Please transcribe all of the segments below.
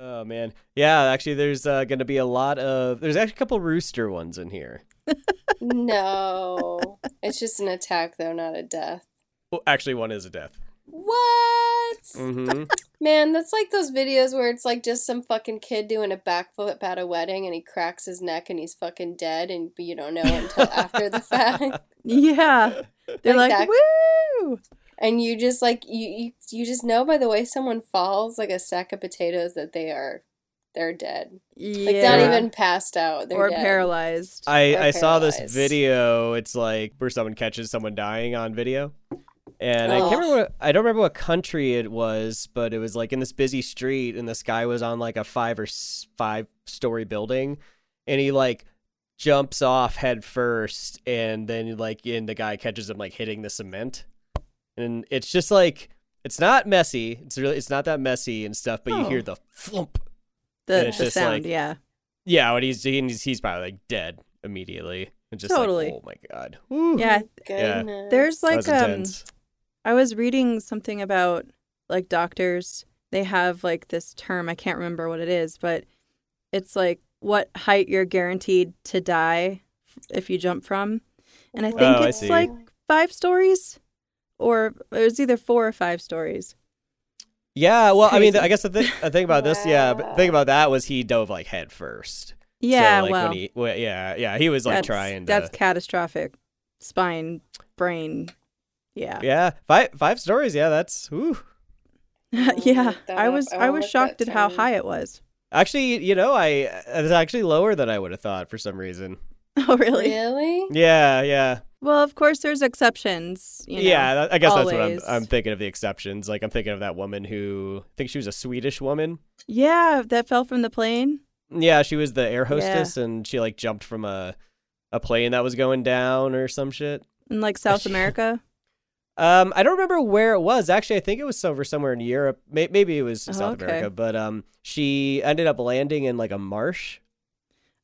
Oh, man. Yeah, actually, there's uh, going to be a lot of. There's actually a couple rooster ones in here. no, it's just an attack though, not a death. Well, actually, one is a death. What? hmm Man, that's like those videos where it's like just some fucking kid doing a backflip at a wedding and he cracks his neck and he's fucking dead and you don't know until after the fact. Yeah. They're Like like, that. woo! And you just like you, you you just know by the way someone falls like a sack of potatoes that they are they're dead. Yeah. Like not even passed out. They're or dead. paralyzed. I, Or I saw this paralyzed. video. It's like where someone catches someone dying on video. And I Ugh. can't remember. What, I don't remember what country it was, but it was like in this busy street, and this guy was on like a five or s- five story building, and he like jumps off head first, and then like and the guy catches him like hitting the cement, and it's just like it's not messy. It's really it's not that messy and stuff, but you Oh. hear the flump. the it's the just sound, like- yeah. Yeah, and he's he's he's probably like dead immediately. It's just Totally. like, oh my god. Woo. Yeah. Yeah. Goodness. There's That like was um intense. I was reading something about like doctors. They have like this term, I can't remember what it is, but it's like what height you're guaranteed to die if you jump from. And I think Oh, I it's see. like five stories or it was either four or five stories. Yeah, well, I mean, crazy. I guess the, th- the thing about this, yeah, but the thing Wow. about that was he dove like head first. So, Yeah, like, well, when he, well, yeah, yeah, he was like that's, trying. To, that's catastrophic. Spine, brain. Yeah. yeah, five five stories. Yeah, that's ooh. I'll yeah. look that I up. was I I will was look shocked at that how term. high it was. Actually, you know, I it's actually lower than I would have thought for some reason. Oh really? really? Yeah, yeah, Well, of course there's exceptions, you know. yeah. that- I guess always. that's what I'm, I'm thinking of the exceptions. Like I'm thinking of that woman who I think she was a Swedish woman. Yeah, that fell from the plane. Yeah, she was the air hostess, and she like jumped from a a plane that was going down or some shit. in like South America. Um, I don't remember where it was. Actually, I think it was over somewhere in Europe. May- Maybe it was Oh, South okay. America. But um, she ended up landing in like a marsh.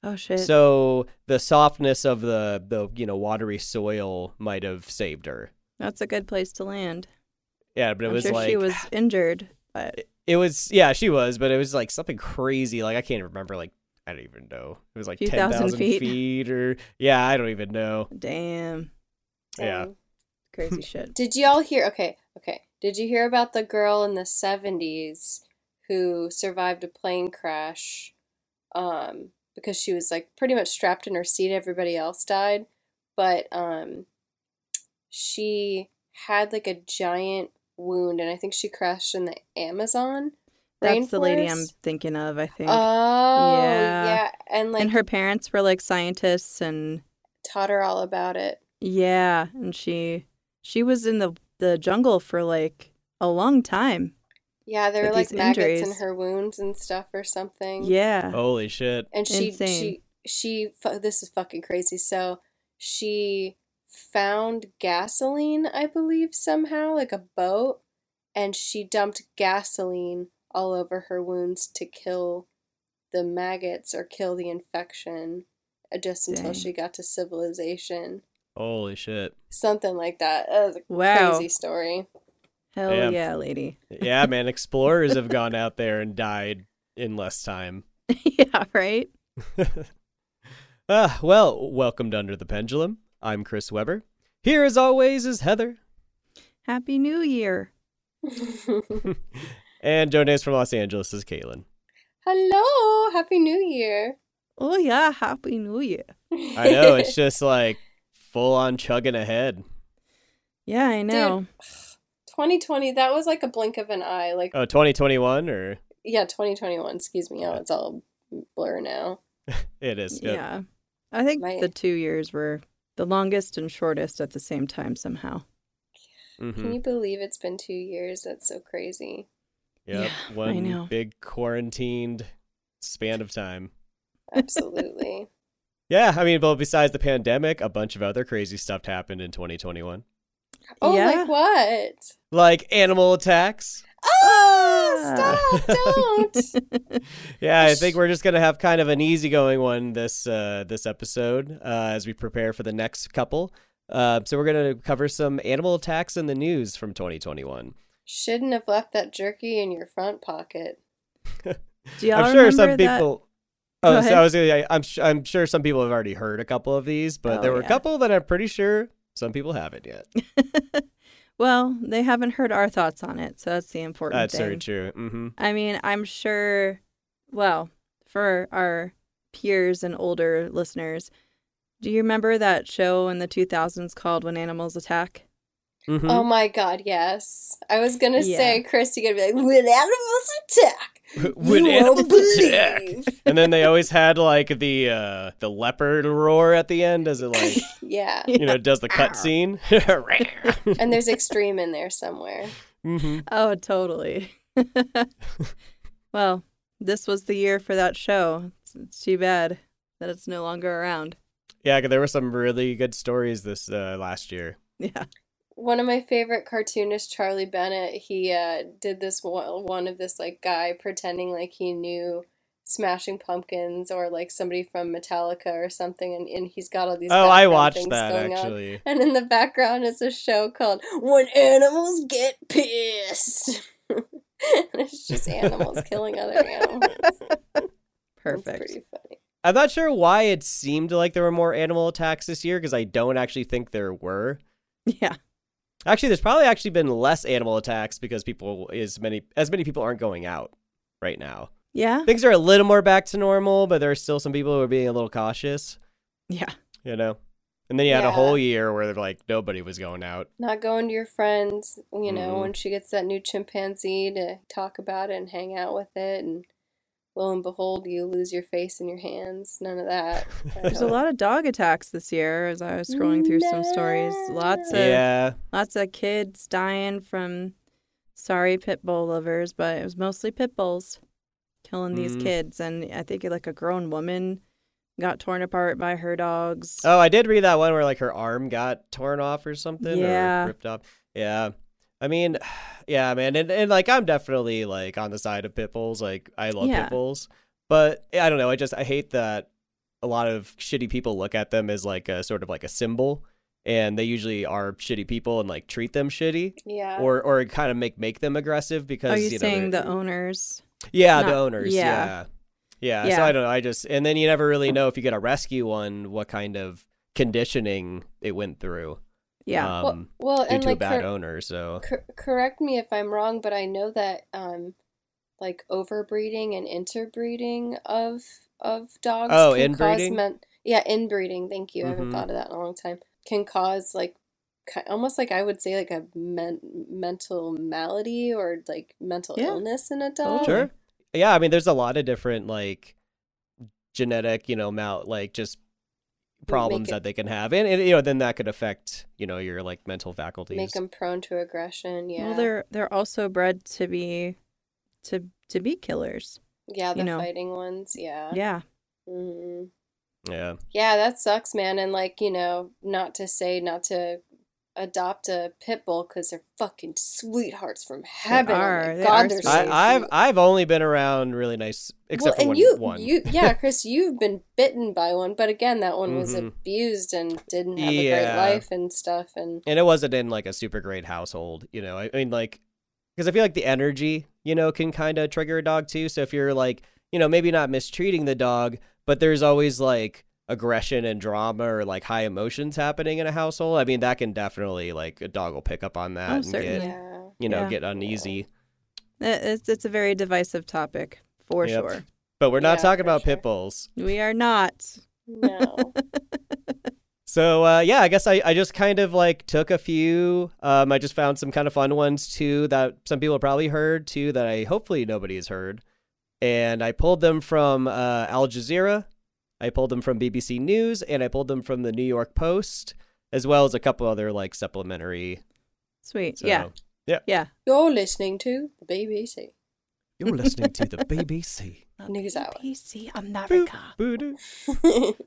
Oh shit. So the softness of the the you know watery soil might have saved her. That's That's a good place to land. Yeah, but it I'm was sure like she was injured, but it was yeah she was, but it was like something crazy. Like I can't remember. Like I don't even know. It was like Few ten thousand thousand feet. feet. or yeah, I don't even know. damn, Yeah. Dang. crazy shit. Did y'all hear? Okay, okay. Did you hear about the girl in the 70s who survived a plane crash um, because she was like pretty much strapped in her seat? Everybody else died. But um, she had like a giant wound, and I think she crashed in the Amazon. That's the lady I'm rainforest? thinking of, I think. Oh, Yeah. yeah. And like and her parents were like scientists, and taught her all about it. yeah, and she she was in the the jungle for like a long time. Yeah, there were But like these maggots in injuries- her wounds and stuff or something. Yeah. Holy shit! and she Insane. she she fu- this is fucking crazy so she found gasoline i believe somehow like a boat and she dumped gasoline all over her wounds to kill the maggots or kill the infection uh, just until Dang. she got to civilization Holy shit! something like that that was a Wow. crazy story Hell Yeah. yeah, lady. Yeah, man, explorers have gone out there and died in less time. yeah. Right. Ah, well, welcome to Under the Pendulum. I'm Chris Weber. Here, as always, is Heather. Happy New Year. And Jonas from Los Angeles is Caitlin. hello happy new year Oh yeah, Happy New Year. I know, it's just like full on chugging ahead. Yeah, I know. 2020 that was like a blink of an eye like Oh, 2021 or Yeah, 2021. Excuse me. Oh, it's all blur now. it is. Yeah. Yeah. I think My- the two years were the longest and shortest at the same time somehow. Mhm. Can you believe it's been two years? That's so crazy. Yep. Yeah, I One know. big quarantined span of time. Absolutely. Yeah, I mean, well, besides the pandemic, a bunch of other crazy stuff happened in 2021. oh, yeah. Ah! like what? Like animal attacks. Oh, stop! Don't. Yeah, I think we're just gonna have kind of an easygoing one this uh, this episode uh, as we prepare for the next couple. Uh, so we're gonna cover some animal attacks in the news from 2021. Shouldn't have left that jerky in your front pocket. Do y'all I'm sure some remember that- people. Go Oh, so ahead. I was gonna, I, I'm su- I'm sure some people have already heard a couple of these, but Oh, there were yeah. a couple that I'm pretty sure some people haven't yet. well, they haven't heard our thoughts on it, so that's the important That's thing. very true. hmm I mean, I'm sure, well, for our peers and older listeners, do you remember that show in the 2000s called When Animals Attack? hmm Oh my god, yes. I was gonna say, Yeah. Chris, you're gonna be like, when animals attack, When you won't animals attack. believe." and then they always had like the uh, the leopard roar at the end as it like Yeah, you know does the cut scene. mm-hmm. and there's extreme in there somewhere. Oh, totally. well, this was the year for that show. It's, it's too bad that it's no longer around. Yeah, 'cause there were some really good stories this uh, last year. Yeah. One of my favorite cartoonists, Charlie Bennett, he uh, did this one one of this like guy pretending like he knew Smashing Pumpkins or like somebody from Metallica or something, and, and he's got all these. oh, I background watched things that going on. actually. And in the background is a show called When Animals Get Pissed. and it's just animals killing other animals. It's Perfect. pretty funny. I'm not sure why it seemed like there were more animal attacks this year because I don't actually think there were. Yeah. Actually, there's probably actually been less animal attacks because people is many as many people aren't going out right now. Yeah. Things are a little more back to normal, but there are still some people who are being a little cautious, Yeah. you know. And then you had Yeah. a whole year where like nobody was going out. Not going to your friends, you know, Mhm. when she gets that new chimpanzee to talk about it and hang out with it. And lo and behold, you lose your face in your hands. None of that. There's a lot of dog attacks this year as I was scrolling through some stories. Lots of yeah, lots of kids dying from sorry pit bull lovers, but it was mostly pit bulls killing these Mm. kids. And I think like a grown woman got torn apart by her dogs. Oh, I did read that one where like her arm got torn off or something Yeah. or ripped off. Yeah. I mean, yeah, man. And, and like I'm definitely like on the side of pit bulls. Like I love Yeah. pit bulls. But I don't know, I just I hate that a lot of shitty people look at them as like a sort of like a symbol and they usually are shitty people and like treat them shitty Yeah. or or kind of make make them aggressive because Are you, know, saying they're- the owners? yeah, Not- the owners. yeah. Yeah. yeah. Yeah. So I don't know. I just and then you never really know if you get a rescue one what kind of conditioning it went through. Yeah. Well- Um, well, due and to a like bad her- owner. So Cor- correct me if I'm wrong, but I know that um, like overbreeding and interbreeding of of dogs Oh, can inbreeding? cause men- yeah, inbreeding. Thank you. I Mm-hmm. haven't Mhm. thought of that in a long time. Can cause like ki- almost like I would say like a men- mental malady or like mental Yeah. illness in a dog. sure. Yeah, I mean, there's a lot of different like genetic, you know, mal like just problems it- that they can have, and, and you know, then that could affect you know your like mental faculties. Make them prone to aggression. Yeah. Well, they're they're also bred to be to to be killers. yeah, you the know. fighting ones. Yeah. Yeah. Mhm. yeah. Yeah, that sucks, man. And like, you know, not to say not to adopt a pit bull because they're fucking sweethearts from heaven. Oh my are. They God, are they're so sweet. I, I've sweet. I've only been around really nice, except well, for and one. you, one. you, yeah, Chris, you've been bitten by one, but again, that one was Mhm. abused and didn't have a great Yeah. life and stuff. And and it wasn't in like a super great household you know i, I mean like because i feel like the energy you know can kind of trigger a dog too so if you're like you know maybe not mistreating the dog but there's always like aggression and drama or like high emotions happening in a household i mean that can definitely like a dog will pick up on that Oh, and certainly. get yeah, you know Yeah. get uneasy It- It's it's a very divisive topic for Yep. sure. but we're not Yeah, talking for about sure. pit bulls We are not. no, So uh, yeah, I guess I, I just kind of like took a few. Um, I just found some kind of fun ones too that some people probably heard too that I hopefully nobody has heard, and I pulled them from uh, Al Jazeera, I pulled them from BBC News, and I pulled them from the New York Post, as well as a couple other like supplementary. Sweet. So Yeah. you're listening to the BBC you're listening to the BBC. News Hour. PC Boop, America. boo-doo.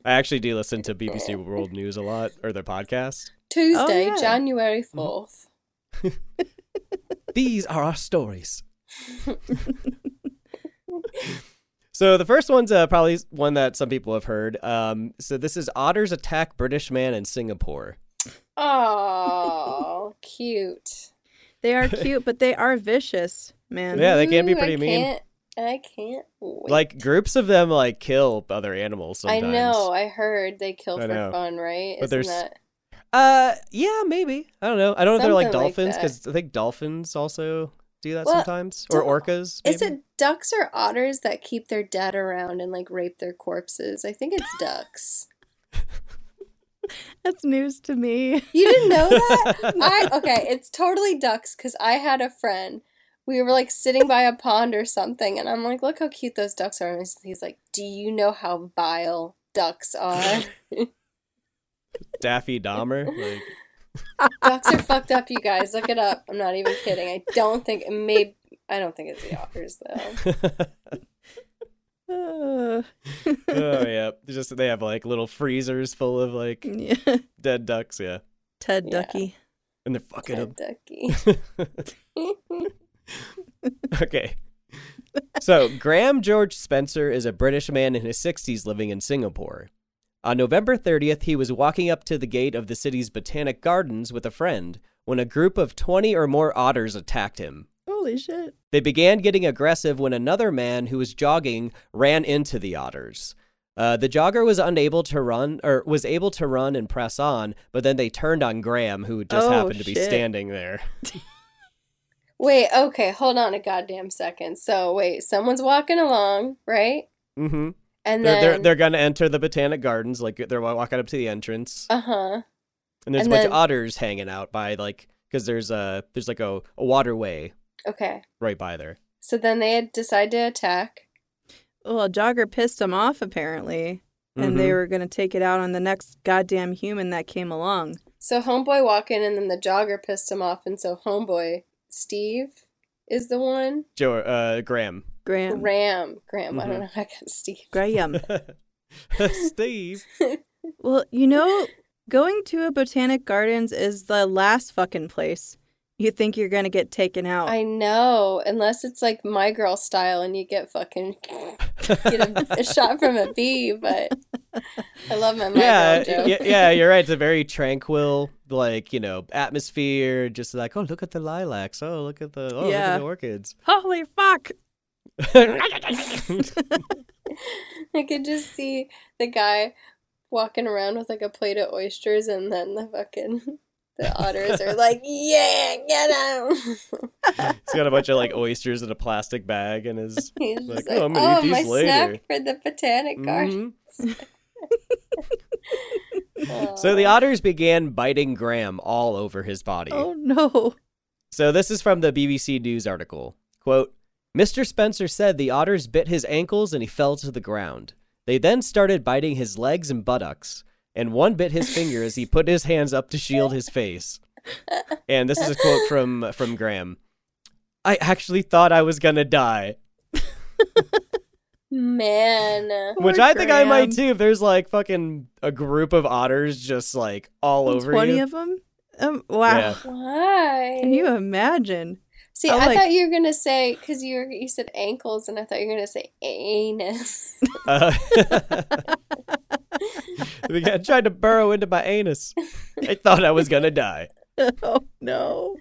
I actually do listen to BBC World News a lot or their podcast. Tuesday, Oh, yeah. January Mm-hmm. 4th. These are our stories. so the first one's uh, probably one that some people have heard. Um, so this is otters attack British man in Singapore. Oh, cute. They are cute, but they are vicious, man. Yeah, they can be Ooh, I pretty mean. can't- I can't wait. Like groups of them like kill other animals I sometimes. know. I heard they kill I for know. fun, right? But Isn't there's- that Uh, yeah, maybe. I don't know. I don't know if they're like Something like dolphins that. because I think dolphins also do that Well, sometimes, or don't- orcas. Is maybe? it ducks or otters that keep their dead around and like rape their corpses? I think it's ducks. That's news to me. You didn't know that? I okay, it's totally ducks because I had a friend. We were like sitting by a pond or something, and I'm like, look how cute those ducks are. And he's- he's like, do you know how vile ducks are? Daffy Dahmer? Like, ducks are fucked up, you guys. Look it up. I'm not even kidding. I don't think it may. I don't think it's the otters though. Uh, oh yeah, It's just they have like little freezers full of like yeah. dead ducks. Yeah, Ted Yeah. Ducky. and they're fucking Dead them. ducky. Okay. So, Graham George Spencer is a British man in his 60s living in Singapore. On November 30th, he was walking up to the gate of the city's botanic gardens with a friend when a group of 20 or more otters attacked him. Holy shit. They began getting aggressive when another man who was jogging ran into the otters. Uh, the jogger was unable to run, or was able to run and press on, but then they turned on Graham, who just Oh, happened to be shit. standing there. Wait, okay, hold on a goddamn second. So wait, someone's walking along, right? hmm And They're, then they're, they're going to enter the botanic gardens, like they're walking up to the entrance. uh huh. and there's And a bunch then- of otters hanging out by like because there's a there's like a, a waterway Okay. right by there So then they had decided to attack. Well, Jogger pissed him off apparently, and they Mhm. were going to take it out on the next goddamn human that came along. So homeboy walked in, and then the jogger pissed him off, and so homeboy Steve is the one. jo- uh graham Graham. Graham, Graham. I Mhm. don't know. how I got Steve. Graham. steve well, you know, going to a botanic gardens is the last fucking place you think you're going to get taken out. I know. Unless it's like my girl style, and you get fucking get a, a shot from a bee. But I love my my yeah, girl joke. yeah yeah you're right it's a very tranquil like you know atmosphere just like oh look at the lilacs oh look at the oh Yeah. look at Holy fuck. the orchids I could just see the guy walking around with like a plate of oysters, and then the fucking the otters are like, "Yeah, get him!" he's got a bunch of like oysters in a plastic bag and his He's Like, just "Oh, like, I'm gonna "Oh, eat these my later." snack for the botanic garden." Mhm. so the Oh. otters began biting graham all over his body Oh no. So this is from the BBC News article. Quote, Mr. Spencer said the otters bit his ankles and he fell to the ground. They then started biting his legs and buttocks, and one bit his finger as he put his hands up to shield his face. And this is a quote from from Graham. I actually thought I was gonna die. man. Poor Which I think I might too Graham. if there's like fucking a group of otters just like all over 20 you. of them? Um, wow. Yeah. Why? Can uh, you imagine? See, I'm I like- thought you were gonna say because you were, you said ankles, and I thought you were gonna say anus. Uh, I tried to burrow into my anus. I thought I was gonna die. oh no.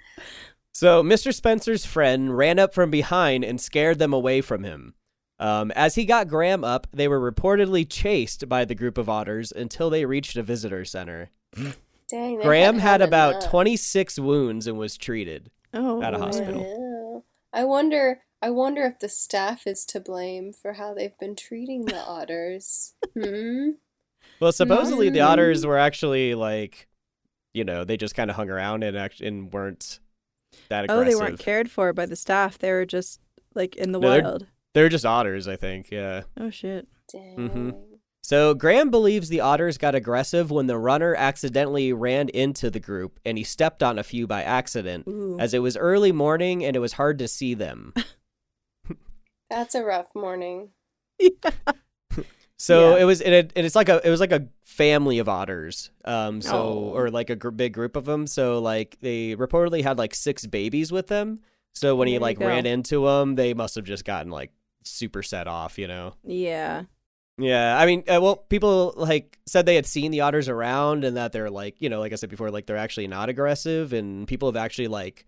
So Mr. Spencer's friend ran up from behind and scared them away from him. Um, as he got Graham up, they were reportedly chased by the group of otters until they reached a visitor center. Dang. they Graham had about enough. 26 wounds and was treated. Oh. At a man. hospital. Ew. I wonder. I wonder if the staff is to blame for how they've been treating the otters. hmm. Well, Mm-hmm. supposedly the Mm. otters were actually like, you know, they just kind of hung around and act- and weren't that Oh, aggressive. they weren't cared for by the staff. They were just like in the No, they're- wild. They're just otters, I think. Yeah. Oh shit. Dang. Mhm. So Graham believes the otters got aggressive when the runner accidentally ran into the group and he stepped on a few by accident, Ooh. as it was early morning and it was hard to see them. That's a rough morning. So Yeah. it was, and, it, and it's like a, it was like a family of otters, um, so Oh. or like a gr- big group of them. So like they reportedly had like six babies with them. So when he There you like go. ran into them, they must have just gotten like super set off, you know. yeah. Yeah, I mean, uh, well, people like said they had seen the otters around and that they're like, you know, like I said before, like they're actually not aggressive, and people have actually like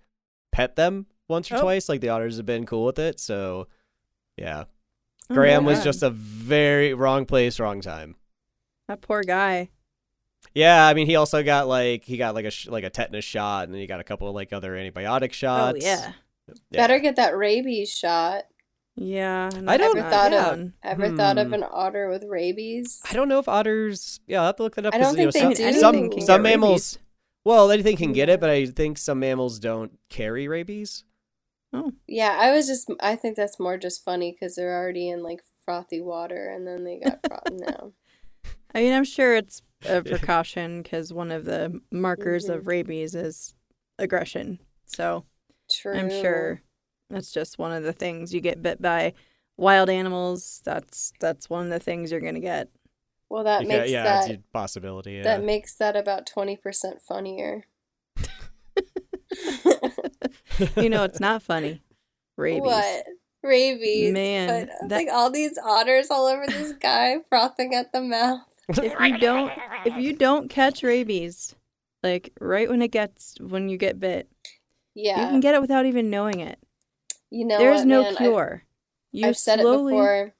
pet them once or Oh. twice. Like the otters have been cool with it, so Yeah. Oh my Graham was God. just a very wrong place, wrong time. that poor guy. Yeah, I mean, he also got like he got like a sh- like a tetanus shot, and then he got a couple of like other antibiotic shots. oh yeah, Yeah. Better get that rabies shot. yeah. I don't- Ever thought of down. ever thought of Hmm. an otter with rabies? I don't know if otters. Yeah, I will have to look that up. I don't 'cause, you know, think some, they do. Some, Anything can some get rabies. mammals. Well, anything can get Yeah. it, but I think some mammals don't carry rabies. Yeah, I was just I think that's more just funny because they're already in like frothy water and then they got rotten now. I mean, I'm sure it's a precaution because one of the markers of Mm-hmm. rabies is aggression. So True. I'm sure that's just one of the things you get bit by wild animals. That's that's one of the things you're gonna get. Well, that You ca- makes yeah, that it's a possibility. Yeah. that makes that about twenty percent funnier. You know, it's not funny. Rabies. What rabies? Man, but, uh, that- like all these otters all over this guy frothing at the mouth. If you don't, if you don't catch rabies, like right when it gets when you get bit, Yeah, you can get it without even knowing it. You know, There's what, no man? I- cure. you I've said slowly, it before.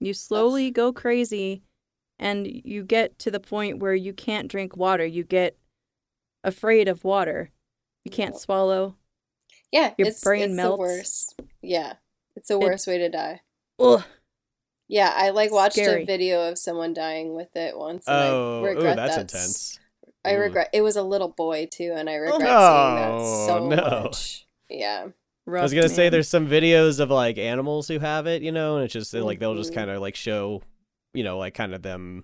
You slowly go crazy and you get to the point where you can't drink water. You get afraid of water. You can't Yep. swallow. Yeah, your it's, brain it's melts. the worst. Yeah, it's the worst way to die. Ugh. Yeah, I like watched Scary. a video of someone dying with it once, and oh, I ooh, regret that's that. s- intense. I Ooh. regret it was a little boy too, and I regret Oh, seeing that so no. much. Yeah, I was Rough, gonna say man. there's some videos of like animals who have it, you know, and it's just like they'll just Mhm. kind of like show, you know, like kind of them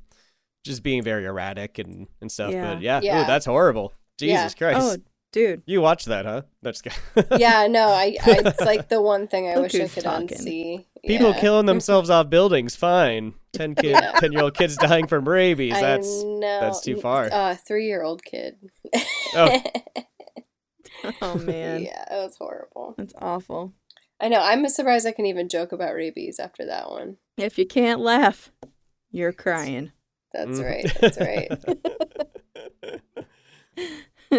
just being very erratic and and stuff. Yeah. But yeah, ooh, Yeah. that's horrible. Jesus Christ, Oh, dude. you watched that, huh? That's yeah, no, I, I it's like the one thing I Look wish I who's could talking. unsee. people Yeah. killing themselves off buildings. Fine, ten kid, Yeah. ten year old kids dying from rabies. I That's know. that's too far. Uh, three-year-old kid. Oh. Oh man. yeah, it was horrible. That's awful. I know. I'm surprised I can even joke about rabies after that one. If you can't laugh, you're crying. That's Mm. right. That's right.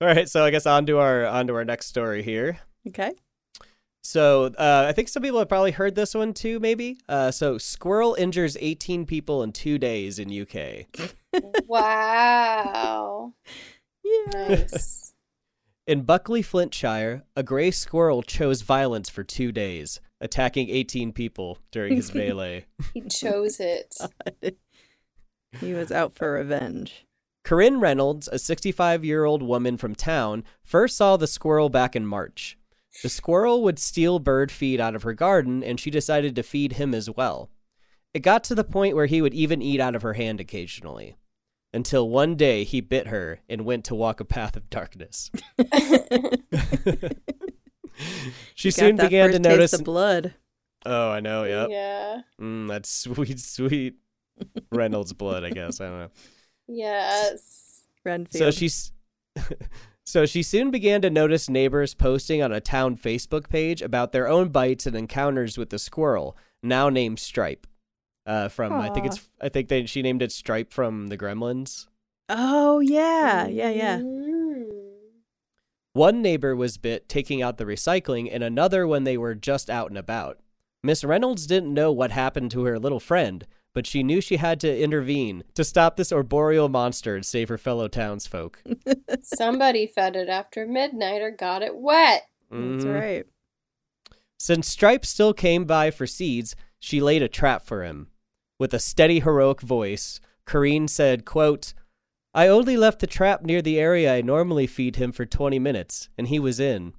All right, so I guess on to our on to our next story here. Okay. So uh, I think some people have probably heard this one too, maybe. Uh, so squirrel injures 18 people in two days in UK. wow. Yeah. Nice. In Buckley, Flintshire, a gray squirrel chose violence for two days, attacking 18 people during his melee. He chose it. he was out for revenge. Corinne Reynolds, a 65 year old woman from town, first saw the squirrel back in March. The squirrel would steal bird feed out of her garden, and she decided to feed him as well. It got to the point where he would even eat out of her hand occasionally. Until one day he bit her and went to walk a path of darkness. she He got soon that began to first taste notice. of blood. Oh, I know, yep. Yeah. Mm, that's sweet, sweet Reynolds blood, I guess. I don't know. Yes. Renfield. So she's so she soon began to notice neighbors posting on a town Facebook page about their own bites and encounters with the squirrel, now named Stripe. Uh, from I think it's I think they she named it Stripe from the Gremlins. Oh yeah, yeah, yeah. Mm. One neighbor was bit taking out the recycling, and another when they were just out and about. Miss Reynolds didn't know what happened to her little friend, but she knew she had to intervene to stop this arboreal monster and save her fellow townsfolk. Somebody fed it after midnight or got it wet. That's Mhm. right. Since Stripe still came by for seeds, she laid a trap for him. With a steady, heroic voice, Corrine said, quote, I only left the trap near the area I normally feed him for 20 minutes, and he was in.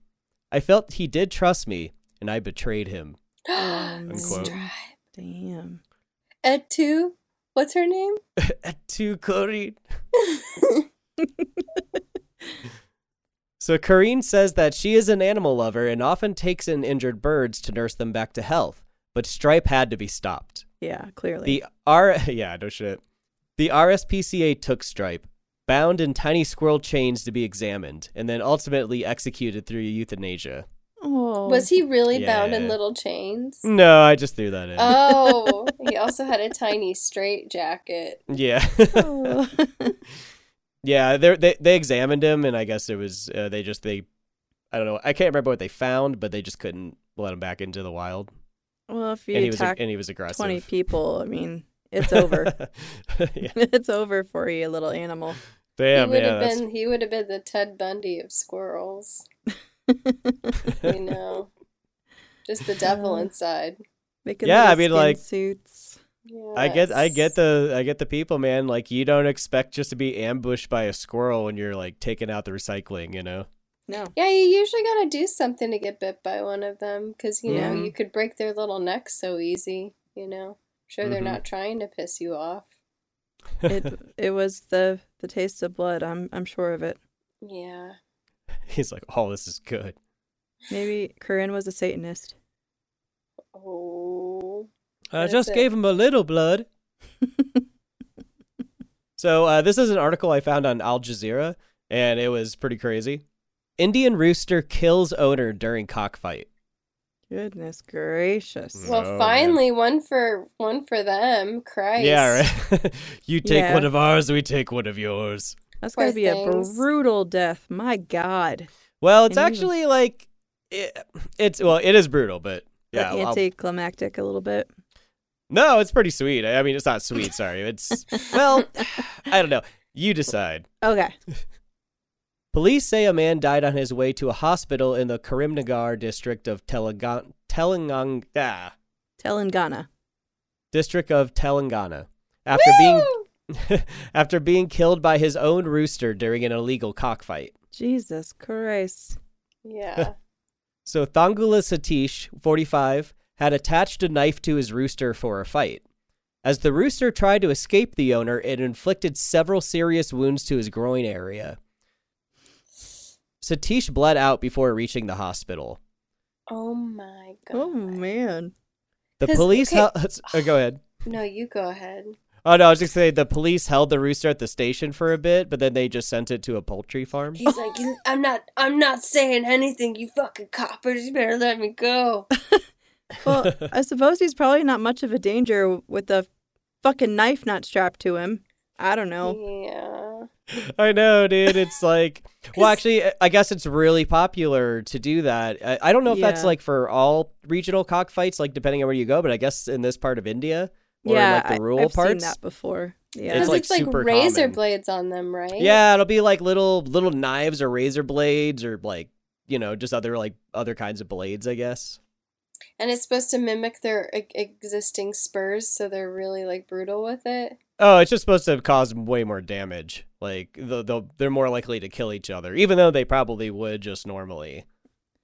I felt he did trust me, and I betrayed him. Unquote. Stripe. Oh, Damn. Ed two. What's her name? to Corrine. so Corrine says that she is an animal lover and often takes in injured birds to nurse them back to health, but Stripe had to be stopped. Yeah, clearly. The R yeah, no shit. The RSPCA took Stripe, bound in tiny squirrel chains to be examined, and then ultimately executed through euthanasia. oh. Was he really bound in Yeah. little chains? No, I just threw that in. Oh, he also had a tiny straight jacket. yeah. Oh. yeah, they they they examined him and I guess it was uh, they just they I don't know. I can't remember what they found, but they just couldn't let him back into the wild. Well, if you and he was attack and he was aggressive. twenty people, I mean, it's over. yeah. it's over for you, little animal. Damn, he would yeah, have that's- been he would have been the Ted Bundy of squirrels. You know. Just the devil Uh, inside. Making Yeah, I little mean, skin like- suits. I get I get Yes. the I get the people, man. Like you don't expect just to be ambushed by a squirrel when you're like taking out the recycling, you know? No, Yeah, you usually gotta do something to get bit by one of them, because you know Mm-hmm. Yeah. you could break their little necks so easy. You know, sure they're Mhm. not trying to piss you off. it it was the the taste of blood. I'm I'm sure of it. Yeah, He's like, Oh, this is good. Maybe Corinne was a Satanist. oh, I That's just it. gave him a little blood. so uh, this is an article I found on Al Jazeera, and it was pretty crazy. Indian rooster kills owner during cockfight. Goodness gracious. Mm. well, No, man. finally one for one for them. Christ, Yeah, right. you take Yeah. one of ours, we take one of yours. That's Poor gotta be things. a brutal death. My God. Well, it's And you- actually like it, it's well, it is brutal, but yeah, Yeah, I'll- anticlimactic a little bit. no, it's pretty sweet. I I mean, it's not sweet. Sorry, it's well, I don't know. You decide. Okay. Police say a man died on his way to a hospital in the Karimnagar district of Telangan- Telanganga, Telangana. district of Telangana, after Woo! being after being killed by his own rooster during an illegal cockfight. Jesus Christ. yeah, So Thangula Satish, 45, had attached a knife to his rooster for a fight. As the rooster tried to escape the owner, it inflicted several serious wounds to his groin area. Satish bled out before reaching the hospital. oh my god. Oh man. The 'Cause- police okay. held. Oh, go ahead. No, you go ahead. Oh no, I was just saying the police held the rooster at the station for a bit, but then they just sent it to a poultry farm. He's like, I'm not, I'm not saying anything. You fucking coppers, you better let me go. Well, I suppose he's probably not much of a danger with a fucking knife not strapped to him. I don't know. Yeah. I know, dude. It's like, well, 'Cause- actually, I- I guess it's really popular to do that. I, I don't know if that's Yeah. like for all regional cockfights, like depending on where you go, but I guess in this part of India or yeah, like the I, rural have parts, seen that before. Yeah. It's Because like it's like super razor common. blades on them, right? yeah, it'll be like little little knives or razor blades or like you know just other like other kinds of blades, I guess. And it's supposed to mimic their e- existing spurs, so they're really like brutal with it. Oh, it's just supposed to cause way more damage. Like they'll, they'll they're more likely to kill each other, even though they probably would just normally.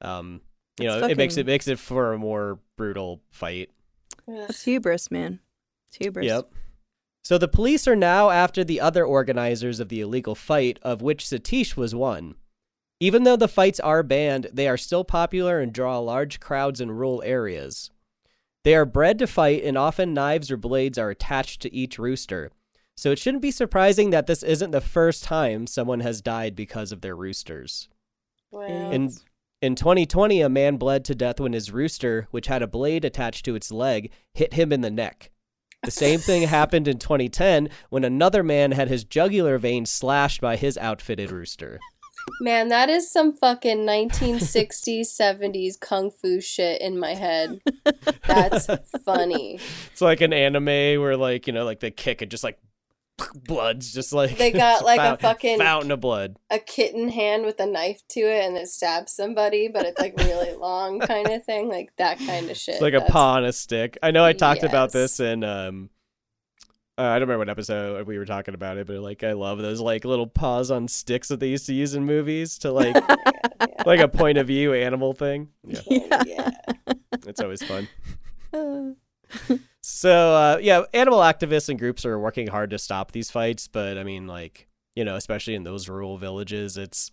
Um, you It's know, it makes it fucking- makes it for a more brutal fight. Ugh. It's hubris, man. It's hubris. Yep. So the police are now after the other organizers of the illegal fight, of which Satish was one. Even though the fights are banned, they are still popular and draw large crowds in rural areas. They are bred to fight, and often knives or blades are attached to each rooster. So it shouldn't be surprising that this isn't the first time someone has died because of their roosters. Wow. In That's- in 2020, a man bled to death when his rooster, which had a blade attached to its leg, hit him in the neck. The same thing happened in 2010 when another man had his jugular vein slashed by his outfitted rooster. Man, that is some fucking 1960s, 70s kung fu shit in my head. That's funny. It's like an anime where, like, you know, like they kick and just like blood's just like They got, like, a fucking- fountain of blood. A kitten hand with a knife to it and it stabs somebody, but it's like really long kind of thing. Like that kind of shit. It's like a That's- paw on a stick. I know I talked about Yes. this in um uh, I don't remember what episode we were talking about it, but like I love those like little paws on sticks that they used to use in movies to like like a point of view animal thing. Yeah, Yeah. Yeah. it's always fun. Uh, So uh, yeah, animal activists and groups are working hard to stop these fights, but I mean, like you know, especially in those rural villages, it's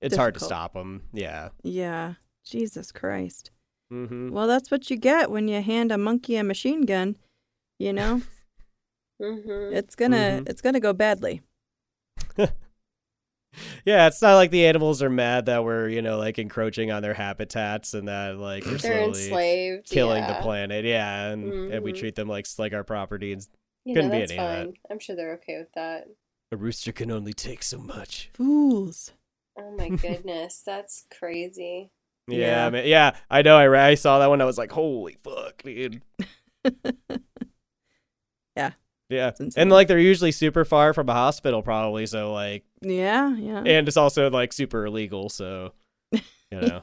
it's hard to Difficult. stop them. Yeah. yeah. Jesus Christ. Mm-hmm. Well, that's what you get when you hand a monkey a machine gun. You know, Mm-hmm. it's gonna Mhm. it's gonna go badly. Yeah, it's not like the animals are mad that we're you know like encroaching on their habitats and that like we're They're slowly enslaved. killing yeah. the planet. Yeah, and and we Mhm. treat them like like our property. And You Couldn't know, be that's any of that. fine. I'm sure they're okay with that. a rooster can only take so much. Fools. Oh my goodness, that's crazy. Yeah, Yeah. man. yeah. I know. I, re- I saw that one. I was like, holy fuck, dude. Yeah. Yeah. It's insane. And like they're usually super far from a hospital, probably. So like, yeah, yeah. and it's also like super illegal. So you know,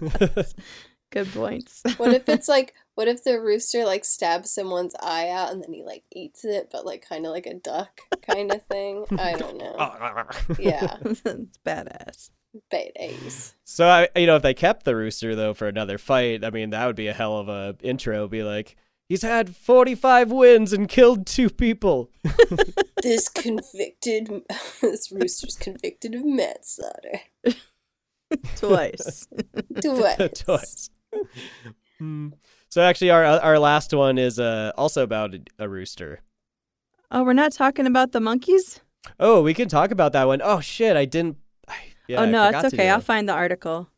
Good points. What if it's like what if the rooster like stabs someone's eye out and then he like eats it, but like kind of like a duck kind of thing? I don't Oh. know. Yeah, it's badass. bait eggs. So I, you know, if they kept the rooster though for another fight, I mean, that would be a hell of a intro. Be like, he's had forty-five wins and killed two people. This convicted, this rooster's convicted of manslaughter. Twice. Twice. Twice. Hmm. So actually, our uh, our last one is uh, also about a- a rooster. oh, we're not talking about the monkeys? Oh, we can talk about that one. Oh shit, I didn't. I, yeah, oh I no, forgot it's to okay. do I'll that. find the article.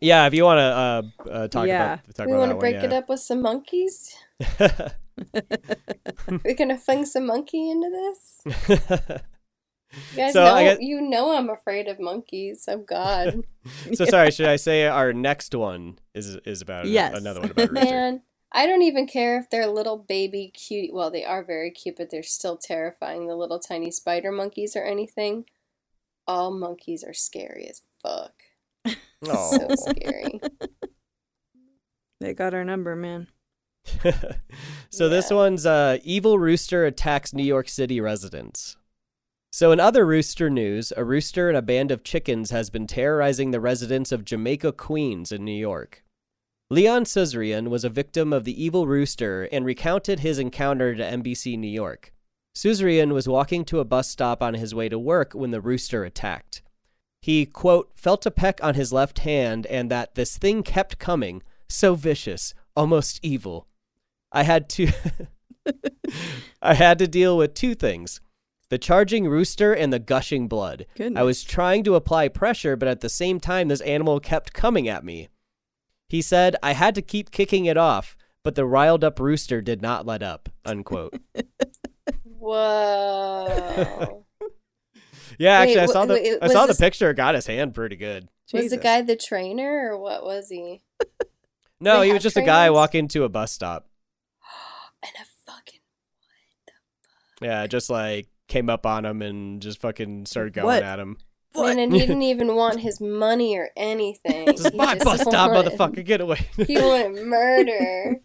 yeah, if you want to uh, uh, talk Yeah. about talk We about that want to one, break yeah. it up with some monkeys. We're gonna fling some monkey into this. You guys So, know I guess- you know I'm afraid of monkeys. Oh God, so sorry, should I say our next one is is about an- Yes. another one about a rooster? man. I don't even care if they're little baby cute. Well, they are very cute, but they're still terrifying. The little tiny spider monkeys or anything. All monkeys are scary as fuck. Aw. So scary. They got our number, man. so this Yeah. one's uh, evil rooster attacks New York City residents. So in other rooster news, a rooster and a band of chickens has been terrorizing the residents of Jamaica, Queens, in New York. Leon Suzerian was a victim of the evil rooster and recounted his encounter to NBC New York. Suzerian was walking to a bus stop on his way to work when the rooster attacked. He, quote, felt a peck on his left hand and that this thing kept coming, so vicious, almost evil. I had to I had to deal with two things. The charging rooster and the gushing blood. I Goodness. was trying to apply pressure, but at the same time this animal kept coming at me. He said I had to keep kicking it off, but the riled up rooster did not let up. Unquote. Whoa. yeah, Wait, actually I wa- saw the wait, I was saw this- the picture, it got his hand pretty good. Was the guy the trainer or what was he? No, They he have was just a guy trainers? walking to a bus stop. And a fucking Yeah, just like came up on him and just fucking started going What? at him. man, and he didn't even want his money or anything. This is He my just bus stop, wanted- motherfucker. Get away. He wanted murder.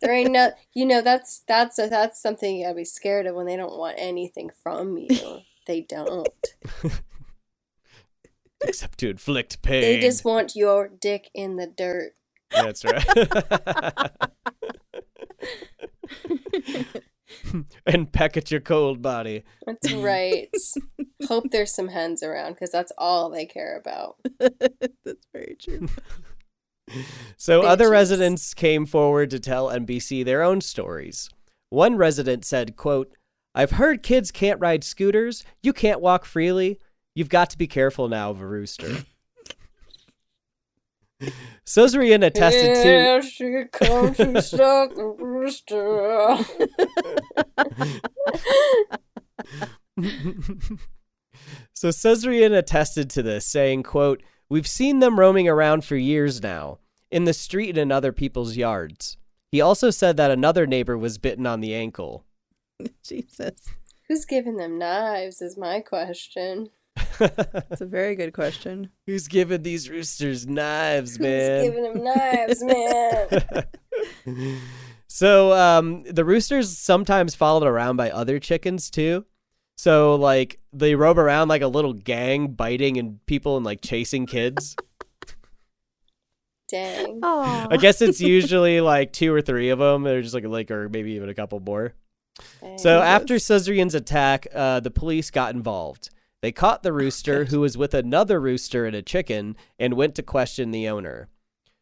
there ain't no, you know, that's that's that's something you gotta be scared of when they don't want anything from you. They don't. Except to inflict pain. They just want your dick in the dirt. That's right. and peck at your cold body. That's right. Hope there's some hens around because that's all they care about. That's very true. So other Bitches. residents came forward to tell NBC their own stories. One resident said, quote, I've heard kids can't ride scooters. You can't walk freely. You've got to be careful now of a rooster. Sozerian attested to Here she comes to suck the rooster. so Cesarian attested to this, saying, quote, We've seen them roaming around for years now, in the street and in other people's yards. He also said that another neighbor was bitten on the ankle. Jesus. Who's giving them knives is my question. That's a very good question. Who's giving these roosters knives, Who's man? giving them knives, man? so um, the roosters sometimes followed around by other chickens too. So like they roam around like a little gang, biting and people and like chasing kids. Dang. Oh. I guess it's usually like two or three of them. They're just like like or maybe even a couple more. dang. So Jesus. after Cesarian's attack, uh, the police got involved. They caught the rooster, who was with another rooster and a chicken, and went to question the owner.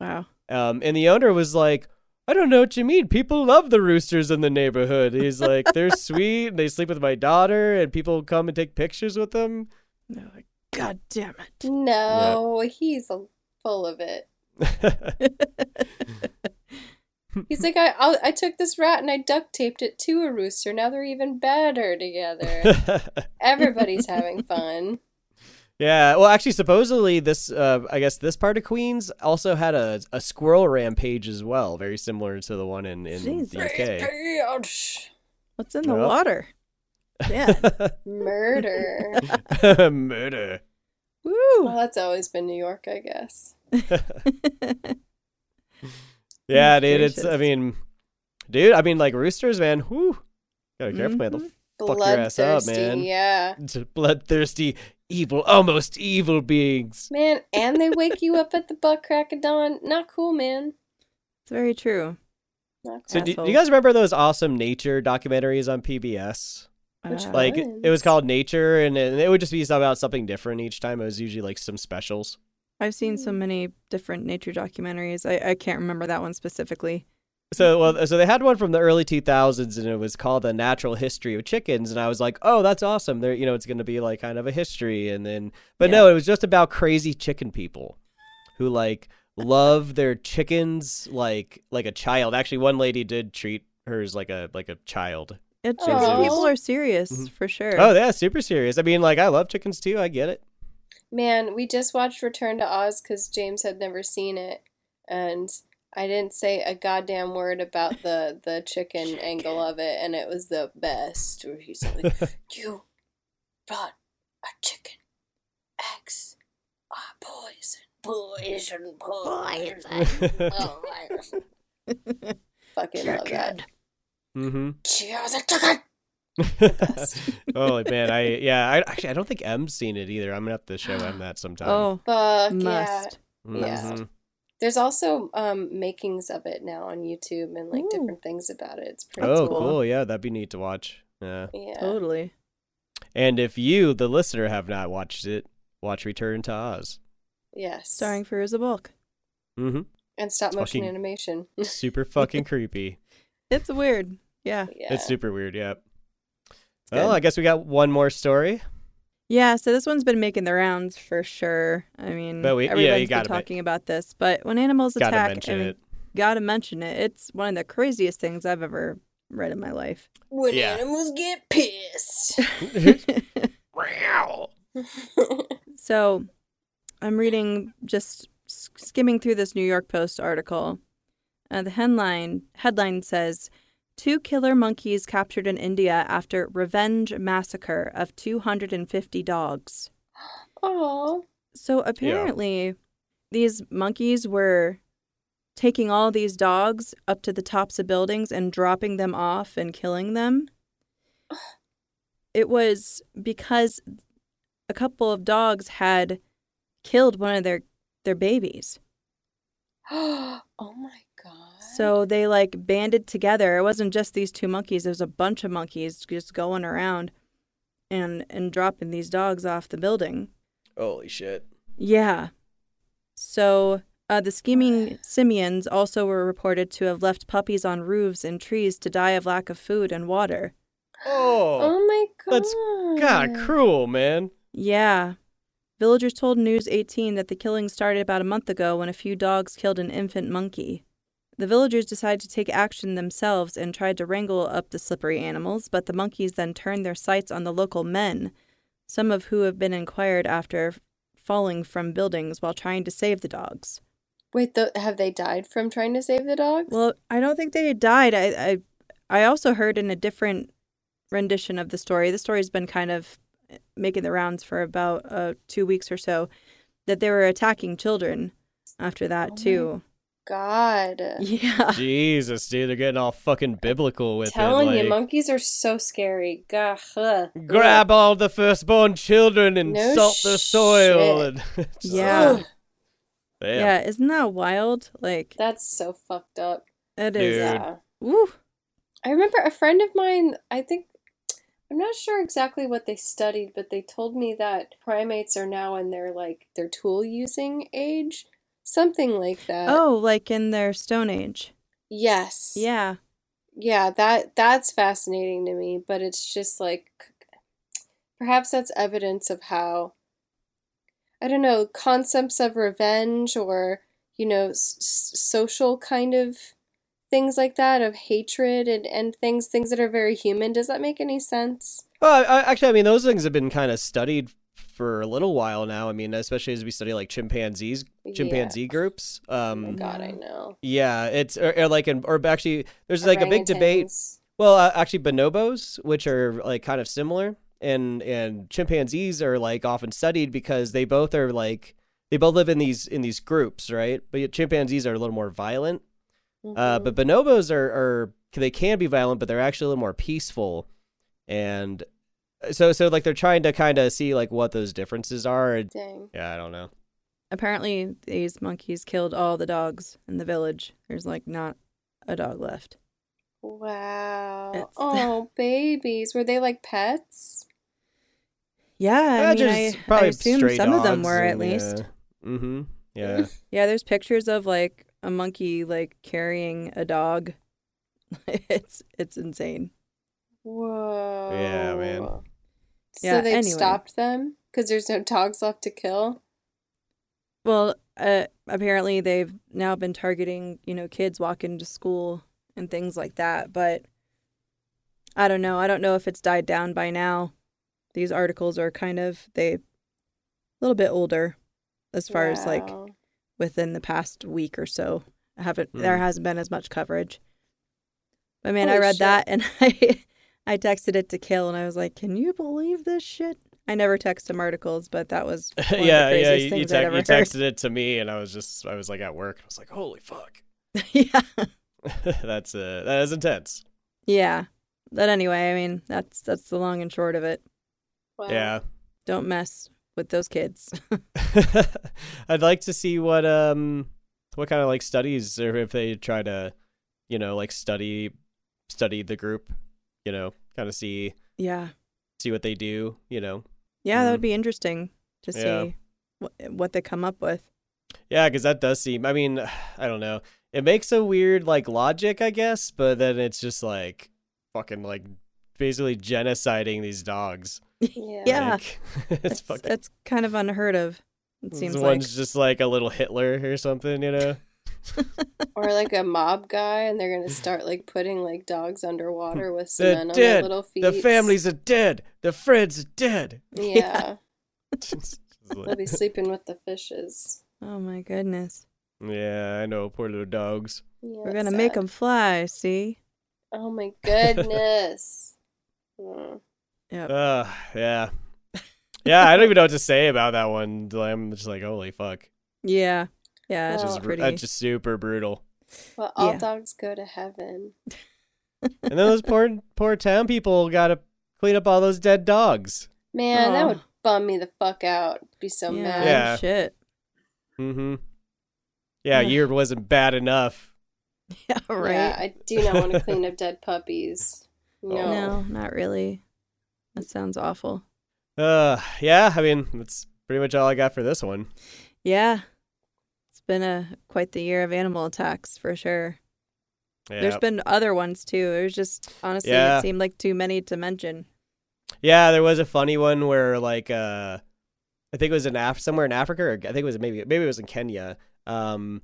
Wow. Um, and the owner was like, I don't know what you mean. People love the roosters in the neighborhood. He's like, they're sweet. And they sleep with my daughter, and people come and take pictures with them. They're like, God damn it. No, he's a- full of it. He's like, I, I I took this rat and I duct taped it to a rooster. Now they're even better together. Everybody's having fun. Yeah, well, actually, supposedly this, uh, I guess, this part of Queens also had a, a squirrel rampage as well, very similar to the one in, in the Rampage. What's in the Well. water? Yeah. UK. Murder. Murder. well, Woo. that's always been New York, I guess. Yeah, Goodness dude, it's. I gracious. mean, dude, I mean, like roosters, man. Whoo, gotta be careful, man. The Mm-hmm. Fuck your ass up, Bloodthirsty, man. yeah. f- bloodthirsty, evil, almost evil beings. Man, and they wake you up at the butt crack of dawn. Not cool, man. It's very true. Not cool. So, do, do you Assholes. guys remember those awesome nature documentaries on PBS? Which Uh, Like, it- it Ones. was called Nature, and it, and it would just be about something different each time. It was usually like some specials. I've seen so many different nature documentaries. I, I can't remember that one specifically. So, well, so they had one from the early 2000s, and it was called "The Natural History of Chickens." And I was like, "Oh, that's awesome! There, you know, it's going to be like kind of a history." And then, but no, it was just about crazy chicken people who like love their chickens like like a child. Actually, one lady did treat hers like a like a child. It, Oh. chicken people are serious Mhm. for sure. Oh, yeah, super serious. I mean, like I love chickens too. I get it. Man, we just watched Return to Oz because James had never seen it, and I didn't say a goddamn word about the the chicken, angle of it, and it was the best. Where he's like, "You brought a chicken. Eggs are poison. Poison. Poison. Oh, poison." Fucking love that. mm-hmm. Cheer the chicken. Holy man, I yeah. I actually I don't think M's seen it either. I'm gonna have to show M that sometime. Oh, Fuck yeah. must. yeah. Mhm. There's also um makings of it now on YouTube and like Ooh. different things about it. It's pretty Oh, cool. cool. Yeah, that'd be neat to watch. Yeah. Yeah. Totally. And if you, the listener, have not watched it, watch Return to Oz. Yes. Starring Feruza Bulk. hmm and stop It's motion fucking- animation. Super fucking creepy. It's weird. Yeah. yeah. It's super weird. Yeah. good. Well, I guess we got one more story. Yeah, so this one's been making the rounds for sure. I mean, But we- yeah, you everybody's been gotta men- talking about this, but when animals Gotta attack, mention I mean, it. gotta mention it. It's one of the craziest things I've ever read in my life. when yeah. animals get pissed. Hmm? Wow. So I'm reading, just s- skimming through this New York Post article. Uh, the headline headline says, Two killer monkeys captured in India after revenge massacre of 250 dogs. Oh, So apparently, these monkeys were taking all these dogs up to the tops of buildings and dropping them off and killing them. It was because a couple of dogs had killed one of their their babies. oh my god. So they like banded together. It wasn't just these two monkeys, it was a bunch of monkeys just going around and and dropping these dogs off the building. Holy shit. Yeah. So uh, the scheming simians also were reported to have left puppies on roofs and trees to die of lack of food and water. Oh, oh my god. that's- God, cruel, man. Yeah. Villagers told News 18 that the killing started about a month ago when a few dogs killed an infant monkey. The villagers decided to take action themselves and tried to wrangle up the slippery animals, but the monkeys then turned their sights on the local men, some of who have been inquired after falling from buildings while trying to save the dogs. Wait, th- have they died from trying to save the dogs? Well, I don't think they had died. I, I I also heard in a different rendition of the story. The story's been kind of eh, making the rounds for about uh, two weeks or so that they were attacking children after that Oh my too. god. Yeah. Jesus, dude, they're getting all fucking biblical with Telling it. Like, you, monkeys are so scary. Gah. huh. grab all the firstborn children and No salt the soil. shit. And Just- Yeah. Ugh, Oh, Damn. Yeah, isn't that wild? Like that's so fucked up. it is. Dude. Yeah. Woo. I remember a friend of mine, I think, I'm not sure exactly what they studied, but they told me that primates are now in their like their tool using age, something like that. Oh, like in their stone age. yes. Yeah. Yeah, that that's fascinating to me, but it's just like perhaps that's evidence of how I don't know, concepts of revenge or, you know, s- s- social kind of things like that of hatred and and things things that are very human. Does that make any sense? Well, I, I- actually, I mean, those things have been kind of studied for a little while now. I mean, especially as we study like chimpanzees, chimpanzee groups. Yeah. Oh my Um, God, I know. yeah, it's or, or like an or actually there's like a big debate. Orangutans. Well, uh, actually, bonobos, which are like kind of similar, and and chimpanzees are like often studied because they both are like they both live in these in these groups, right? But yet chimpanzees are a little more violent. Uh, Mm-hmm. Mhm. but bonobos are, are they can be violent, but they're actually a little more peaceful, and uh, so so like they're trying to kind of see like what those differences are. and- Dang. Yeah, I don't know. Apparently, these monkeys killed all the dogs in the village. There's like not a dog left. Wow. It's- Oh, babies. Were they like pets? Yeah, I mean, I, just I assume stray some of them dogs were at and, uh, least. Yeah. Mm-hmm. Yeah. Yeah, there's pictures of like a monkey like carrying a dog. it's it's insane. Whoa. man. So Yeah, they anyway. stopped them because there's no dogs left to kill. Well, uh, apparently they've now been targeting, you know, kids walking to school and things like that. But I don't know. I don't know if it's died down by now. These articles are kind of they a little bit older as far as like Wow. within the past week or so. I haven't Hmm. there hasn't been as much coverage. But man, I Holy read shit. that and I I texted it to Kill and I was like, "Can you believe this shit?" I never text him articles, but that was one of the yeah, yeah. craziest You, you, things te- I'd you ever heard. texted it to me, and I was just, I was like at work. I was like, holy fuck, yeah. that's uh, that is intense. Yeah. But anyway, I mean, that's that's the long and short of it. Wow. Yeah, Don't mess with those kids. I'd like to see what um, what kind of like studies or if they try to, you know, like study, study the group, you know, kind of see yeah. see what they do, you know. Yeah, that Mhm. would be interesting to see Yeah. wh- what they come up with. Yeah, because that does seem. I mean, I don't know. It makes a weird like logic, I guess, but then it's just like fucking like basically genociding these dogs. Yeah. Yeah. Like, it's, That's fucking. that's kind of unheard of. It seems this like one's just like a little Hitler or something, you know. Or like a mob guy, and they're gonna start like putting like dogs underwater with They're cement on their dead. little feet. the families are dead. The friends are dead. Yeah. Just They'll like- be sleeping with the fishes. oh my goodness. yeah, I know. Poor little dogs. Yeah, We're that's going to make sad. them fly, see? Oh my goodness. Mm. Yep. Uh, yeah, yeah. I don't even know what to say about that one. I'm just like, holy fuck. yeah. Yeah, it's Well- Just, just br- pretty. that's just super brutal. Well, all Yeah. dogs go to heaven. and then those poor poor town people got to clean up all those dead dogs. Man, that Aw. would bum me the fuck out. Be so yeah, mad. Yeah. Shit. Mm-hmm. Yeah, Ugh. year wasn't bad enough. Yeah, right. Yeah, I do not want to clean up dead puppies. Oh. No. No, not really. That sounds awful. Uh, yeah. I mean, that's pretty much all I got for this one. Yeah. It's been a quite the year of animal attacks for sure. Yeah. There's been other ones too. It was just honestly Yeah. it seemed like too many to mention. yeah, there was a funny one where like uh, I think it was in Af- somewhere in Africa. Or I think it was maybe maybe it was in Kenya. Um.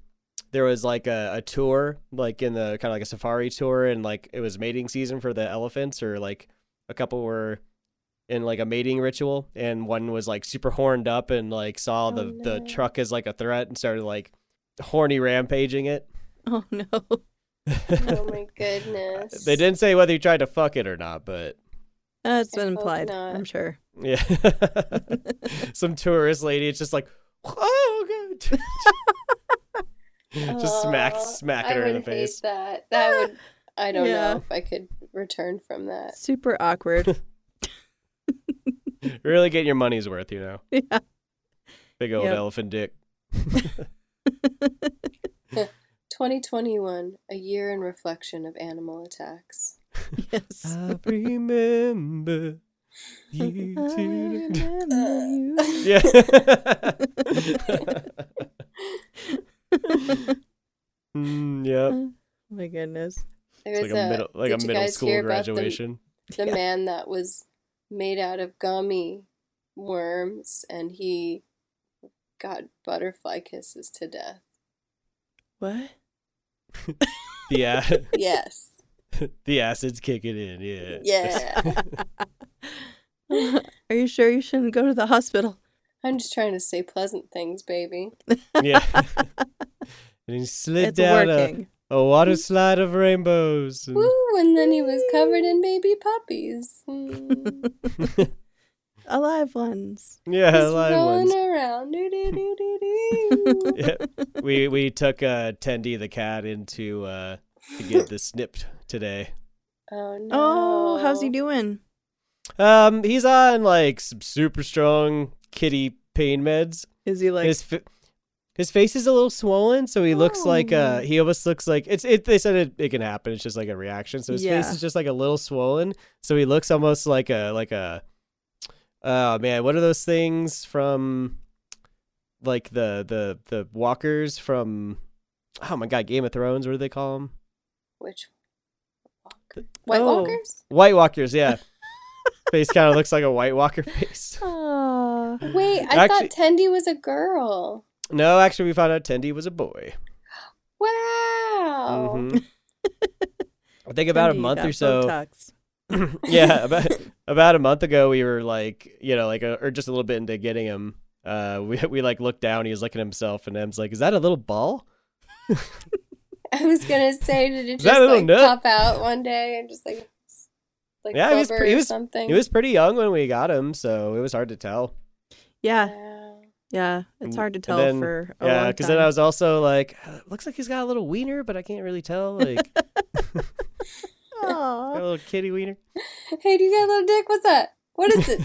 There was like a, a tour, like in the kind of like a safari tour, and like it was mating season for the elephants, or like a couple were in like a mating ritual and one was like super horned up and like saw Oh, the the no. truck as like a threat and started like horny rampaging it Oh no. Oh my goodness. they didn't say whether he tried to fuck it or not but Uh, it's been I hope implied, not. I'm sure. yeah some tourist lady it's just like oh god just smack Aw, smacking her I in the would hate face that. That would. I don't Yeah. know if I could return from that. Super awkward. really getting your money's worth you know yeah. big old Yep. elephant dick 2021, a year in reflection of animal attacks. Yes. i remember you I two remember you. Yeah. mm, yep. Oh my goodness. There It's like was a middle like a did you middle guys school hear about the- graduation. the Yeah. man that was made out of gummy worms and he got butterfly kisses to death. What? The a- Yes. the acid's kicking in. Yeah. Yeah. Are you sure you shouldn't go to the hospital? I'm just trying to say pleasant things, baby. Yeah. and he slid it's down a, working. a water slide of rainbows. and- Woo! And then he was covered in baby puppies. Mm. Alive ones. yeah, Just live rolling ones. around. Do, do, do, do, do. Yeah. We we took uh, Tendy the cat into uh, to get the snipped today. Oh no. Oh, how's he doing? Um, he's on like some super strong kitty pain meds. Is he like his fa- his face is a little swollen, so he looks like uh Oh. he almost looks like it's it. They said it, it can happen. It's just like a reaction. So his Yeah. face is just like a little swollen. So he looks almost like a like a oh man, what are those things from like the the the walkers from oh my god Game of Thrones? What do they call them? Which Walker? White Oh. Walkers? White Walkers. Yeah, face kind of looks like a White Walker face. Aw. Wait, I Actually- thought Tendy was a girl. No, actually, we found out Tendy was a boy. Oh. Wow. Mhm. I think about a Cindy month got or so. Botox. yeah, about about a month ago, we were like, you know, like, uh, or just a little bit into getting him. Uh, we we like looked down. He was looking at himself, and Em's like, "Is that a little ball?" I was gonna say, did it Is that just a little like nut? pop out one day and just like, like Yeah, yeah, he was flubber pre- he or was- something? He was pretty young when we got him, so it was hard to tell. Yeah, Wow. yeah. It's And- hard to and tell then- for a yeah, long then I time. was also like, "Uh, "Looks like he's got a little wiener, but I can't really tell." Like got a Aw. little kitty wiener. Hey, do you got a little dick? What's that? What is it?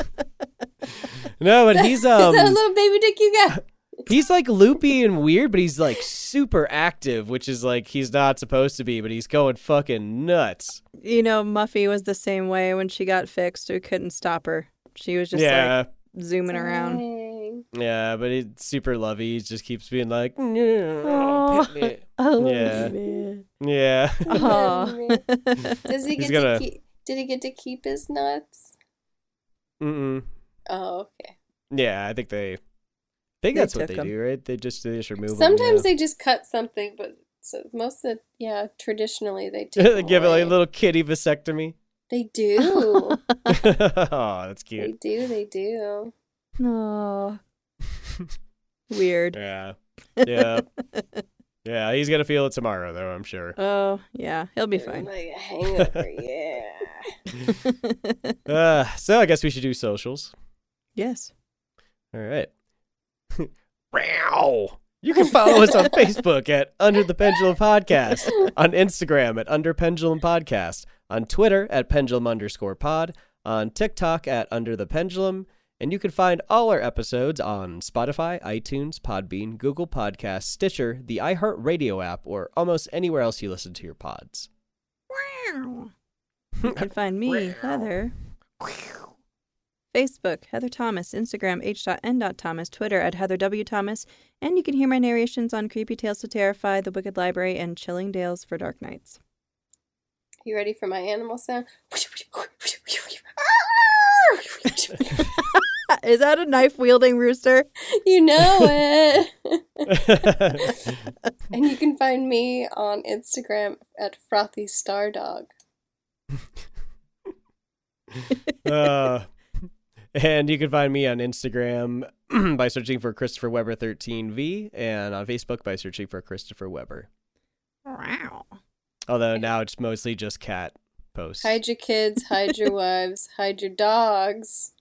Is No, but that- he's um. is that a little baby dick you got? He's like loopy and weird, but he's like super active, which is like he's not supposed to be, but he's going fucking nuts. You know, Muffy was the same way when she got fixed. We couldn't stop her. She was just yeah, like zooming around. Dang. yeah, but he's super lovey. He just keeps being like, "Yeah, Aw. pet Oh, Yeah. man. me." yeah. Aw. Does he He's get gonna- to keep? Did he get to keep his nuts? Mm-mm. Oh, okay. yeah. I think they, I think They that's what took they 'em. do, right? They just they just remove. 'em, Sometimes yeah. they just cut something, but so most of yeah, traditionally they take they them give it like a away. little kitty vasectomy. They do. oh, that's they cute. do. They do. Aw. Weird. Yeah, yeah, yeah. He's gonna feel it tomorrow, though. I'm sure. Oh, yeah. He'll be They're fine. Like a hangover. yeah. Uh, so I guess we should do socials. yes. All right. Wow. You can follow us on Facebook at Under the Pendulum Podcast, on Instagram at Under Pendulum Podcast, on Twitter at Pendulum underscore pod, on TikTok at Under the Pendulum, and you can find all our episodes on Spotify, iTunes, Podbean, Google Podcasts, Stitcher, the iHeartRadio app, or almost anywhere else you listen to your pods. You can find me, Heather. Facebook, Heather Thomas, Instagram, h.n.thomas, Twitter at Heather W. Thomas, and you can hear my narrations on Creepy Tales to Terrify, The Wicked Library, and Chilling Dales for Dark Nights. You ready for my animal sound? Is that a knife wielding rooster? you know it. and you can find me on Instagram at frothy stardog. uh, and you can find me on Instagram by searching for Christopher Weber 13V and on Facebook by searching for Christopher Weber. Wow. Although now it's mostly just cat posts Hide your kids, hide your wives, hide your dogs,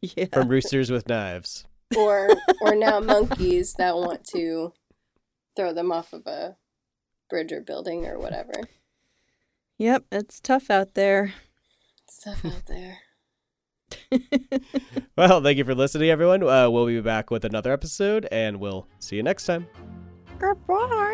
Yeah. from Roosters with Knives. or or now monkeys that want to throw them off of a bridge or building or whatever. Yep, it's tough out there. Stuff out there. Well, thank you for listening, everyone. Uh, we'll be back with another episode, and we'll see you next time. Goodbye.